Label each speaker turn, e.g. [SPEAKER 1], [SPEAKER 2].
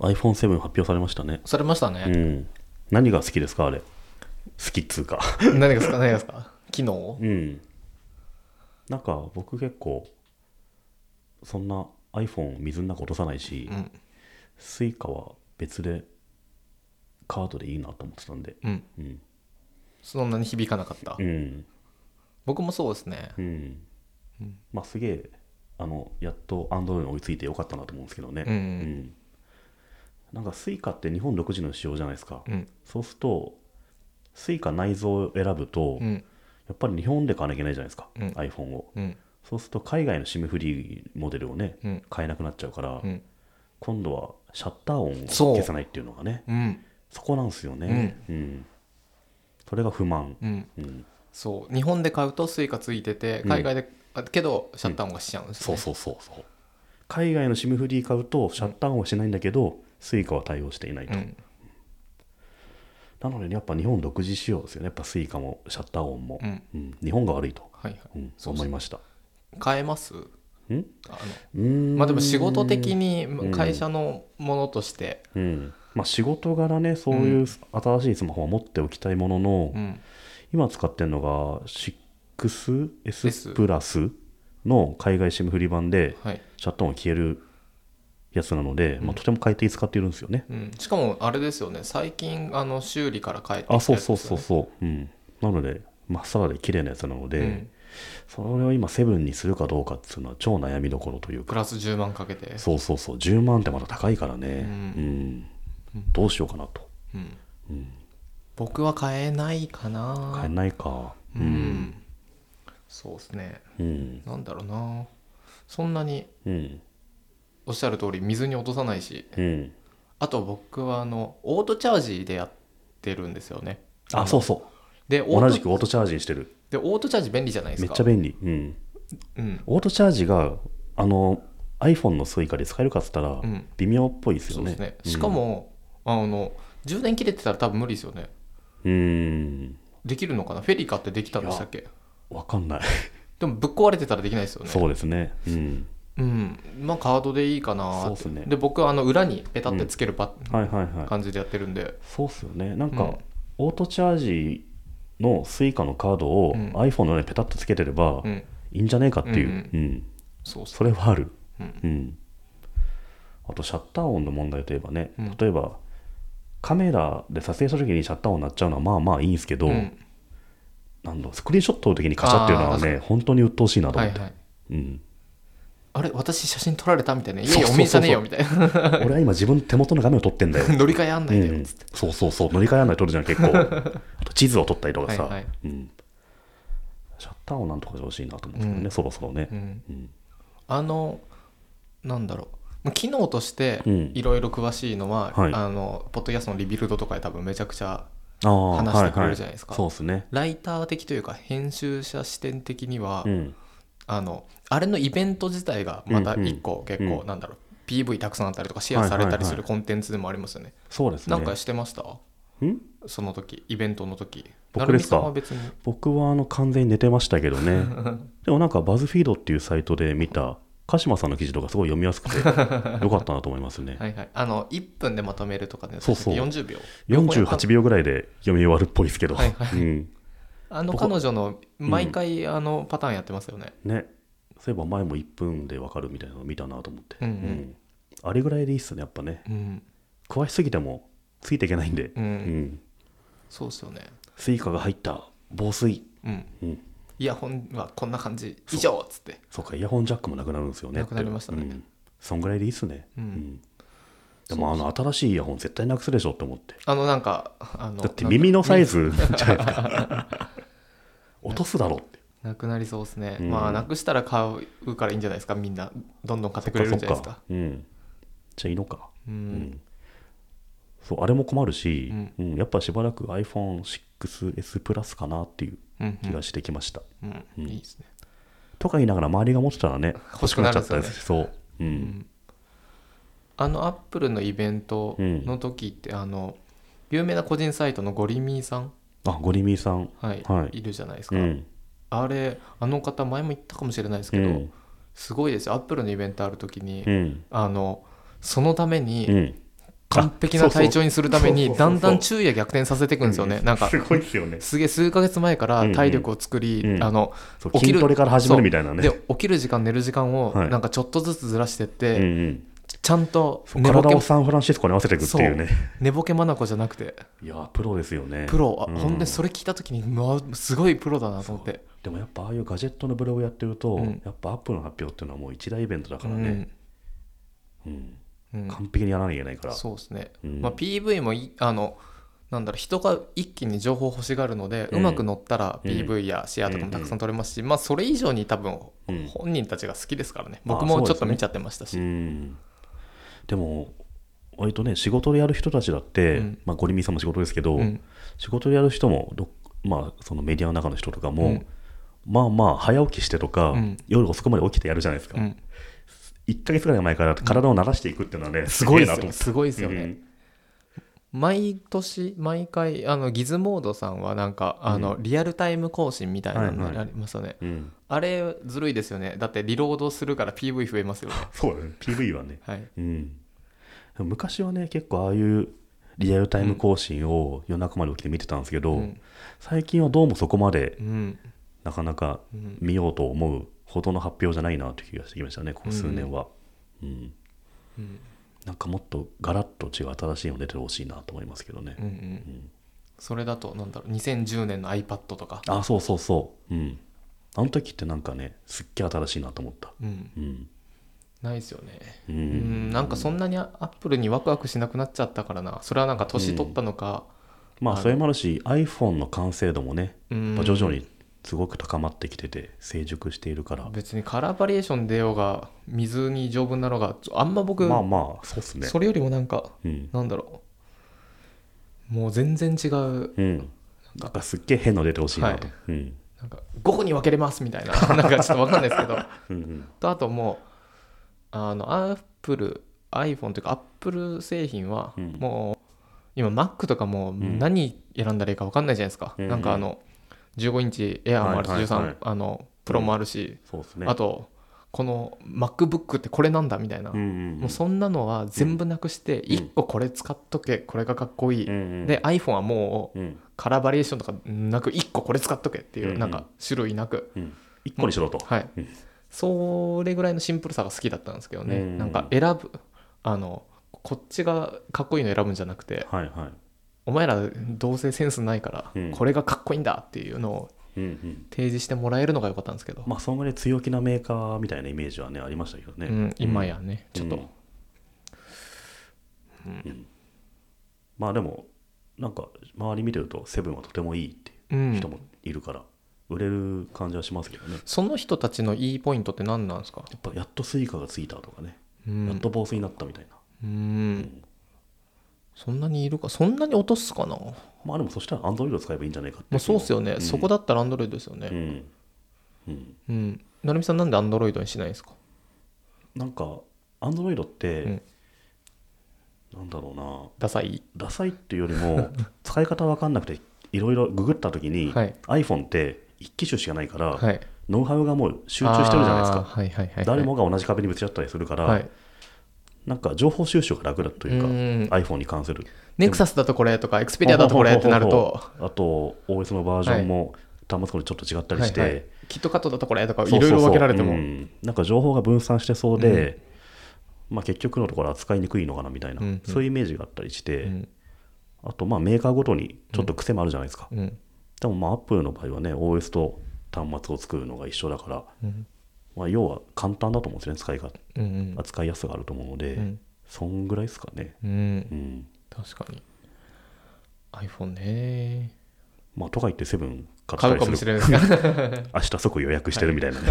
[SPEAKER 1] iPhone7 発表されましたね。
[SPEAKER 2] されました
[SPEAKER 1] う
[SPEAKER 2] ね。
[SPEAKER 1] ん。何が好きですかあれ。好きっつうか。
[SPEAKER 2] 何がですか何がですか機能
[SPEAKER 1] うん。なんか僕結構、そんな iPhone 水の中落とさないし、
[SPEAKER 2] うん。
[SPEAKER 1] スイカは別でカードでいいなと思ってたんで。
[SPEAKER 2] うん。
[SPEAKER 1] うん。
[SPEAKER 2] そんなに響かなかった。
[SPEAKER 1] うん。
[SPEAKER 2] 僕もそうですね。
[SPEAKER 1] うん。まあすげえ、あの、やっと Android に追いついてよかったなと思うんですけどね。
[SPEAKER 2] うん
[SPEAKER 1] うんなんかスイカって日本独自の仕様じゃないですか。
[SPEAKER 2] うん。
[SPEAKER 1] そうすると、スイカ内蔵を選ぶと、
[SPEAKER 2] う
[SPEAKER 1] や
[SPEAKER 2] ん。
[SPEAKER 1] っぱり日本で買わなきゃいけないじゃないですか、
[SPEAKER 2] うん
[SPEAKER 1] iPhone を。
[SPEAKER 2] うん。
[SPEAKER 1] そうすると、海外の SIM フリーモデルをね、
[SPEAKER 2] うん
[SPEAKER 1] 買えなくなっちゃうから、
[SPEAKER 2] うん。
[SPEAKER 1] 今度はシャッター音を
[SPEAKER 2] そう
[SPEAKER 1] 消さないっていうのがね、
[SPEAKER 2] うん。
[SPEAKER 1] そこなんですよね。うんそれが不満。
[SPEAKER 2] うん。
[SPEAKER 1] うん
[SPEAKER 2] そう。日本で買うとスイカついてて、海外で、あけど、シャッター音がしちゃうんです
[SPEAKER 1] そう
[SPEAKER 2] ね。
[SPEAKER 1] そうそうそう。海外の SIM フリー買うと、シャッター音はしないんだけど、スイカは対応していないと。
[SPEAKER 2] うん。
[SPEAKER 1] なので、やっぱ日本独自仕様ですよね、やっぱスイカもシャッター音も。
[SPEAKER 2] うん。
[SPEAKER 1] うん日本が悪いと、
[SPEAKER 2] はいはい。
[SPEAKER 1] うん、
[SPEAKER 2] そうそう
[SPEAKER 1] 思いました。
[SPEAKER 2] 買えます
[SPEAKER 1] ん
[SPEAKER 2] あの
[SPEAKER 1] ま
[SPEAKER 2] まあでも仕事的に
[SPEAKER 1] ん
[SPEAKER 2] 会社のものとして、
[SPEAKER 1] うんまあ、仕事柄ねそういう新しいスマホは持っておきたいものの、
[SPEAKER 2] うん、
[SPEAKER 1] 今使ってるのが 6S
[SPEAKER 2] S
[SPEAKER 1] プラスの海外 SIM フリー版で
[SPEAKER 2] はい、
[SPEAKER 1] シャット音が消えるやつなので、まあ、とても快適に使っているんですよね、
[SPEAKER 2] うん、しかもあれですよね最近あの修理から帰ってきた
[SPEAKER 1] あ
[SPEAKER 2] やつ
[SPEAKER 1] そう
[SPEAKER 2] で
[SPEAKER 1] そうそ
[SPEAKER 2] すよね
[SPEAKER 1] うそう、うん、なのでまっさらで綺麗なやつなので、
[SPEAKER 2] うん
[SPEAKER 1] それを今セブンにするかどうかっていうのは超悩みどころという
[SPEAKER 2] プ
[SPEAKER 1] か
[SPEAKER 2] ラス10万かけて
[SPEAKER 1] そうそうそう10万ってまだ高いからね、
[SPEAKER 2] うん
[SPEAKER 1] うん、どうしようかなと
[SPEAKER 2] うん僕は買えないかな
[SPEAKER 1] 買えないか
[SPEAKER 2] うん、そうですね
[SPEAKER 1] うん
[SPEAKER 2] なんだろうなそんなに
[SPEAKER 1] うん
[SPEAKER 2] おっしゃる通り水に落とさないし
[SPEAKER 1] うん
[SPEAKER 2] あと僕はあのオートチャージでやってるんですよね
[SPEAKER 1] あそうそう
[SPEAKER 2] でオート
[SPEAKER 1] 同じくオートチャージにしてる
[SPEAKER 2] でオートチャージ便利じゃないで
[SPEAKER 1] め
[SPEAKER 2] す
[SPEAKER 1] っ
[SPEAKER 2] か
[SPEAKER 1] ちゃ便利、うん、
[SPEAKER 2] うん
[SPEAKER 1] オートチャージがあの iPhone の Suica で使えるかっつったら
[SPEAKER 2] うん
[SPEAKER 1] 微妙っぽいです
[SPEAKER 2] そ
[SPEAKER 1] よ
[SPEAKER 2] うで
[SPEAKER 1] ね,
[SPEAKER 2] す
[SPEAKER 1] うん、
[SPEAKER 2] ねしかも、あの充電切れてたら多分無理ですよね
[SPEAKER 1] うん
[SPEAKER 2] できるのかなフェリカってできたんでしたっけ
[SPEAKER 1] わかんない
[SPEAKER 2] でもぶっ壊れてたらできないですよね
[SPEAKER 1] そうですねうん
[SPEAKER 2] うんまあカードでいいかな
[SPEAKER 1] そう
[SPEAKER 2] っ
[SPEAKER 1] ってすね
[SPEAKER 2] で僕はあの裏にペタってつけるパ、
[SPEAKER 1] はいはいはい
[SPEAKER 2] 感じでやってるんで
[SPEAKER 1] そうっすよねなんか、
[SPEAKER 2] うん
[SPEAKER 1] オートチャージの Suica のカードを
[SPEAKER 2] うん
[SPEAKER 1] iPhone の上にペタッとつけてれば
[SPEAKER 2] うん
[SPEAKER 1] いいんじゃねえかっていう、う
[SPEAKER 2] うんんそうそ
[SPEAKER 1] それはある
[SPEAKER 2] ううん
[SPEAKER 1] うん、あとシャッター音の問題といえばね、
[SPEAKER 2] うん
[SPEAKER 1] 例えばカメラで撮影した時にシャッター音鳴っちゃうのはまあまあいいんですけど、
[SPEAKER 2] うん
[SPEAKER 1] なんだスクリーンショットの時にカシャっていうのは
[SPEAKER 2] あー確
[SPEAKER 1] ね本当に鬱陶しいなと
[SPEAKER 2] は
[SPEAKER 1] 思っ
[SPEAKER 2] い
[SPEAKER 1] て、
[SPEAKER 2] はい
[SPEAKER 1] うん、
[SPEAKER 2] あれ私写真撮られたみたいな「い
[SPEAKER 1] そう
[SPEAKER 2] やい
[SPEAKER 1] そうそうそう
[SPEAKER 2] やおめえじゃねえよ」みたい な
[SPEAKER 1] 俺は今自分手元の画面を撮ってんだよ、
[SPEAKER 2] 「乗り換えあん
[SPEAKER 1] う
[SPEAKER 2] ないでよ
[SPEAKER 1] ん、」そうそうそう乗り換え案内撮るじゃん 結構あと地図を撮ったりとかさ、
[SPEAKER 2] はいはい
[SPEAKER 1] うん、シャッター音なんとかしてほしいなと思うんですけどね、
[SPEAKER 2] うん
[SPEAKER 1] そろそろね
[SPEAKER 2] う、ん
[SPEAKER 1] うん
[SPEAKER 2] あのなんだろうまあ機能として
[SPEAKER 1] うん
[SPEAKER 2] いろいろ詳しいのは、
[SPEAKER 1] はい
[SPEAKER 2] あのポッドキャストのリビルドとかで多分めちゃくちゃ
[SPEAKER 1] ああ
[SPEAKER 2] 話してくれるじゃないですか
[SPEAKER 1] はいはい、そうですね
[SPEAKER 2] ライター的というか編集者視点的には、
[SPEAKER 1] うん
[SPEAKER 2] あのあれのイベント自体がまた
[SPEAKER 1] うんうん
[SPEAKER 2] 一個結
[SPEAKER 1] う
[SPEAKER 2] 構
[SPEAKER 1] ん
[SPEAKER 2] なんだろう、PV たくさんあったりとかシェアされたりす
[SPEAKER 1] はいはいは
[SPEAKER 2] るコンテンツでもありますよね。
[SPEAKER 1] そうですね
[SPEAKER 2] なんかしてました
[SPEAKER 1] ん
[SPEAKER 2] その時イベントの時
[SPEAKER 1] 僕ですか
[SPEAKER 2] なるみさんは別に
[SPEAKER 1] 僕はあの完全に寝てましたけど ねでもなんかバズフィードっていうサイトで見た鹿島さんの記事とかすごい読みやす くてよかったなと思いますね、
[SPEAKER 2] はいはいあの1分でまとめるとかね
[SPEAKER 1] そうそう
[SPEAKER 2] 40秒
[SPEAKER 1] 48秒ぐらいで読み終わるっぽいですけど、
[SPEAKER 2] はいは
[SPEAKER 1] うん、
[SPEAKER 2] あの
[SPEAKER 1] 僕は
[SPEAKER 2] 彼女の毎回あのパターンやってますよね、
[SPEAKER 1] ねそういえば前も1分でわかるみたいなの見たなと思って、
[SPEAKER 2] うんうん
[SPEAKER 1] あれぐらいでいいっすねやっぱね
[SPEAKER 2] うん
[SPEAKER 1] 詳しすぎてもついていけないんで、
[SPEAKER 2] うん
[SPEAKER 1] うん
[SPEAKER 2] そうですよね
[SPEAKER 1] スイカが入った防水、
[SPEAKER 2] うん
[SPEAKER 1] うん、
[SPEAKER 2] イヤホンはこんな感じ以上っつって
[SPEAKER 1] そうかイヤホンジャックもなくなるんですよね
[SPEAKER 2] なくなりましたね
[SPEAKER 1] うんそんぐらいでいいっすね、
[SPEAKER 2] うん
[SPEAKER 1] でもあの新しいイヤホン絶対なくすでしょって思って
[SPEAKER 2] あのなんかあの
[SPEAKER 1] だって耳のサイ ズじゃないですか落とすだろうって
[SPEAKER 2] なくなりそうですね、
[SPEAKER 1] うん
[SPEAKER 2] まあなくしたら買うからいいんじゃないですかみんなどんどん買ってくれるんじゃないですか
[SPEAKER 1] うんじゃあいいのか
[SPEAKER 2] う
[SPEAKER 1] うんんそうあれも困るし、う
[SPEAKER 2] うん
[SPEAKER 1] やっぱしばらく iPhone6S プラスかなっていう
[SPEAKER 2] うん
[SPEAKER 1] 気がしてきました、
[SPEAKER 2] うん
[SPEAKER 1] うん
[SPEAKER 2] いいですね
[SPEAKER 1] とか言いながら周りが持ってたらね
[SPEAKER 2] 欲しくなるんですよね
[SPEAKER 1] 欲しくなっちゃったりしそう、うん
[SPEAKER 2] あのアップルのイベントの時って、あの有名な個人サイトのゴリミーさん、
[SPEAKER 1] あゴリミーさん
[SPEAKER 2] はい
[SPEAKER 1] はい
[SPEAKER 2] い、るじゃないです
[SPEAKER 1] う
[SPEAKER 2] か、
[SPEAKER 1] ん
[SPEAKER 2] あれあの方前も言ったかもしれないですけど、
[SPEAKER 1] うん
[SPEAKER 2] すごいですよアップルのイベントある時に、
[SPEAKER 1] うん
[SPEAKER 2] あのそのために
[SPEAKER 1] うん
[SPEAKER 2] 完璧な体調にするため
[SPEAKER 1] そう
[SPEAKER 2] に
[SPEAKER 1] そう
[SPEAKER 2] だんだん昼夜逆転させていくんですよね、なんか
[SPEAKER 1] すごいですよね。
[SPEAKER 2] すげえ数ヶ月前から体力を作り、
[SPEAKER 1] うんうん
[SPEAKER 2] あの
[SPEAKER 1] そう
[SPEAKER 2] 起きる
[SPEAKER 1] 筋トレから始めるみたいなね。
[SPEAKER 2] で起きる時間寝る時間を
[SPEAKER 1] はい
[SPEAKER 2] なんかちょっとずつずらしてって、
[SPEAKER 1] うんうん
[SPEAKER 2] ちゃんと
[SPEAKER 1] そう
[SPEAKER 2] 寝ぼけ
[SPEAKER 1] 体をサンフランシスコに合わせていくっていうね。
[SPEAKER 2] 寝ぼけ眼じゃなくて
[SPEAKER 1] いやー、プロですよね。
[SPEAKER 2] プロ、あ
[SPEAKER 1] うん
[SPEAKER 2] ほんでそれ聞いた時にうわすごいプロだなと思って
[SPEAKER 1] でもやっぱああいうガジェットのブログをやってると、
[SPEAKER 2] うん
[SPEAKER 1] やっぱアップルの発表っていうのはもう一大イベントだか
[SPEAKER 2] う
[SPEAKER 1] らね、
[SPEAKER 2] ん
[SPEAKER 1] うん
[SPEAKER 2] うん
[SPEAKER 1] 完璧にやらなきゃいけないから。
[SPEAKER 2] そうですね、
[SPEAKER 1] うん
[SPEAKER 2] まあ、PV もいあのなんだろう人が一気に情報を欲しがるので、
[SPEAKER 1] う
[SPEAKER 2] うんまく乗ったら
[SPEAKER 1] うん
[SPEAKER 2] PV やシェアとかもたくさん取れますし、まあ、それ以上に多分
[SPEAKER 1] うん
[SPEAKER 2] 本人たちが好きですからね、
[SPEAKER 1] まあ
[SPEAKER 2] 僕
[SPEAKER 1] そう
[SPEAKER 2] も
[SPEAKER 1] です
[SPEAKER 2] ち
[SPEAKER 1] ね
[SPEAKER 2] ょっと見ちゃってましたし、
[SPEAKER 1] うんでも割とね仕事でやる人たちだって、
[SPEAKER 2] うん
[SPEAKER 1] まあ、ゴリミーさんも仕事ですけど、
[SPEAKER 2] うん
[SPEAKER 1] 仕事でやる人もど、まあ、そのメディアの中の人とかも、
[SPEAKER 2] うん
[SPEAKER 1] まあまあ早起きしてとか、
[SPEAKER 2] うん
[SPEAKER 1] 夜遅くまで起きてやるじゃないですか、
[SPEAKER 2] うん
[SPEAKER 1] 1か月ぐらい前から体を慣らしていくっていうのはね、
[SPEAKER 2] すごい
[SPEAKER 1] げえ
[SPEAKER 2] で
[SPEAKER 1] な
[SPEAKER 2] す
[SPEAKER 1] と思って
[SPEAKER 2] よすごいですよね、
[SPEAKER 1] うん
[SPEAKER 2] 毎年毎回あのギズモードさんはなんかあの、リアルタイム更新みたいな
[SPEAKER 1] はいはい
[SPEAKER 2] のありますよね、
[SPEAKER 1] うん
[SPEAKER 2] あれずるいですよねだってリロードするから PV 増えますよね
[SPEAKER 1] そうだね PV はね、
[SPEAKER 2] はい
[SPEAKER 1] うん、でも昔はね結構ああいうリアルタイム更新を夜中まで起きて見てたんですけど、
[SPEAKER 2] うん
[SPEAKER 1] 最近はどうもそこまで
[SPEAKER 2] うん
[SPEAKER 1] なかなか
[SPEAKER 2] うん
[SPEAKER 1] 見ようと思うほどの発表じゃないなという気がしてきましたねここ数年は、うん
[SPEAKER 2] うん
[SPEAKER 1] なんかもっとガラッと違う新しいの出てほしいなと思いますけどね、
[SPEAKER 2] うんう
[SPEAKER 1] うんん
[SPEAKER 2] それだとなんだろう2010年の iPad とか
[SPEAKER 1] あそうそうそううんあの時ってなんかねすっげえ新しいなと思った
[SPEAKER 2] うん
[SPEAKER 1] うん
[SPEAKER 2] ないですよね
[SPEAKER 1] う
[SPEAKER 2] うんんなんかそんなにアップルにワクワクしなくなっちゃったからなそれはなんか年取ったのか
[SPEAKER 1] まあ
[SPEAKER 2] あの
[SPEAKER 1] それもあるし iPhone の完成度もね
[SPEAKER 2] うん
[SPEAKER 1] やっぱ徐々にすごく高まってきてて成熟しているから、
[SPEAKER 2] 別にカラーバリエーション出ようが水に丈夫になろうがあんま僕
[SPEAKER 1] まあまあそうっすね
[SPEAKER 2] それよりもなんか
[SPEAKER 1] うん、
[SPEAKER 2] なんだろうもう全然違う
[SPEAKER 1] うん、なんかすっげえ変なの出てほしいなと、
[SPEAKER 2] は
[SPEAKER 1] うん
[SPEAKER 2] なんか5個に分けれますみたいな なんかちょっとわかんないですけど
[SPEAKER 1] うんうん
[SPEAKER 2] とあともうあのアップル iPhone というかアップル製品は
[SPEAKER 1] うん
[SPEAKER 2] もう、今 Mac とかもうん何選んだらいいかわかんないじゃないですか、
[SPEAKER 1] うんうん
[SPEAKER 2] なんかあの15インチエアーもあるし、
[SPEAKER 1] はいはいはい
[SPEAKER 2] 13あのプロもあるし、
[SPEAKER 1] そうですね
[SPEAKER 2] あとこの MacBook ってこれなんだみたいな、
[SPEAKER 1] うんうん
[SPEAKER 2] もうそんなのは全部なくして
[SPEAKER 1] ん
[SPEAKER 2] 1個これ使っとけこれがかっこいい、
[SPEAKER 1] うんうん
[SPEAKER 2] で iPhone はもう
[SPEAKER 1] うん
[SPEAKER 2] カラーバリエーションとかなく1個これ使っとけって
[SPEAKER 1] うん
[SPEAKER 2] いううんなんか種類なく、
[SPEAKER 1] うん、1個にしろと、
[SPEAKER 2] はい
[SPEAKER 1] うん
[SPEAKER 2] それぐらいのシンプルさが好きだったんですけどね、
[SPEAKER 1] うん
[SPEAKER 2] なんか選ぶあのこっちがかっこいいの選ぶんじゃなくて
[SPEAKER 1] はいはい
[SPEAKER 2] お前らどうせセンスないから
[SPEAKER 1] うん
[SPEAKER 2] これがかっこいいんだっていうのを
[SPEAKER 1] うんうん、
[SPEAKER 2] 提示してもらえるのが良かったんですけど、
[SPEAKER 1] まあそんぐらい強気なメーカーみたいなイメージはねありましたけどね、
[SPEAKER 2] うん、今やねちょっと、
[SPEAKER 1] うんまあでもなんか周り見てるとセブンはとてもいいって
[SPEAKER 2] うん
[SPEAKER 1] 人もいるから、売れる感じはしますけどねや
[SPEAKER 2] その人たちのいいポイントって何なんですか、
[SPEAKER 1] っぱやっとスイカがついたとかね、
[SPEAKER 2] うん
[SPEAKER 1] やっと防水になったみたいな
[SPEAKER 2] うんそんなにいるかそんなに落とすかなも
[SPEAKER 1] まあでもそしたらアンドロイド使えばいいんじゃないかっていう
[SPEAKER 2] うそうっすよね、
[SPEAKER 1] ん
[SPEAKER 2] そこだったらアンドロイドですよね、
[SPEAKER 1] うん、うん、
[SPEAKER 2] うん、なるみさんなんでアンドロイドにしないんですか、
[SPEAKER 1] なんかアンドロイドって、
[SPEAKER 2] うん
[SPEAKER 1] なんだろうな
[SPEAKER 2] ダサい
[SPEAKER 1] ダサいっていうより も使い方わかんなくていろいろググった時に、
[SPEAKER 2] はい
[SPEAKER 1] iPhone って一機種しかないから、
[SPEAKER 2] はい
[SPEAKER 1] ノウハウがもう集中してるじゃないです
[SPEAKER 2] あー
[SPEAKER 1] か
[SPEAKER 2] はいはいはいはい
[SPEAKER 1] 誰もが同じ壁にぶち当たりするから、
[SPEAKER 2] はい
[SPEAKER 1] なんか情報収集が楽だというか
[SPEAKER 2] うん
[SPEAKER 1] iPhone に関する
[SPEAKER 2] ネクサスだとこれとかエクスペリアだとこれってなる
[SPEAKER 1] ほうほう
[SPEAKER 2] と
[SPEAKER 1] ほうほうあと OS のバージョンも端末ごとちょっと違ったりして、
[SPEAKER 2] はいはいキットカットだとこれとかい
[SPEAKER 1] そうそ
[SPEAKER 2] ろ
[SPEAKER 1] うそう
[SPEAKER 2] いろ分けられても
[SPEAKER 1] うんなんか情報が分散してそうで、まあ、結局のところ扱いにくいのかなみたいな、
[SPEAKER 2] うんうん
[SPEAKER 1] そういうイメージがあったりして、
[SPEAKER 2] うん
[SPEAKER 1] あとまあメーカーごとにちょっと癖もあるじゃないですか、
[SPEAKER 2] うん
[SPEAKER 1] でもまあアップルの場合はね OS と端末を作るのが一緒だから、
[SPEAKER 2] うん
[SPEAKER 1] まあ、要は簡単だと思うんですよね使い方
[SPEAKER 2] うん
[SPEAKER 1] 扱いやすさがあると思うので、
[SPEAKER 2] うん
[SPEAKER 1] そんぐらいですかね、
[SPEAKER 2] うん
[SPEAKER 1] うん
[SPEAKER 2] 確かに iPhone ね
[SPEAKER 1] まあ、とか言ってセブン買った
[SPEAKER 2] 買うか
[SPEAKER 1] り
[SPEAKER 2] も
[SPEAKER 1] す
[SPEAKER 2] し
[SPEAKER 1] る
[SPEAKER 2] れないですが
[SPEAKER 1] 明日即予約してるみたいなね、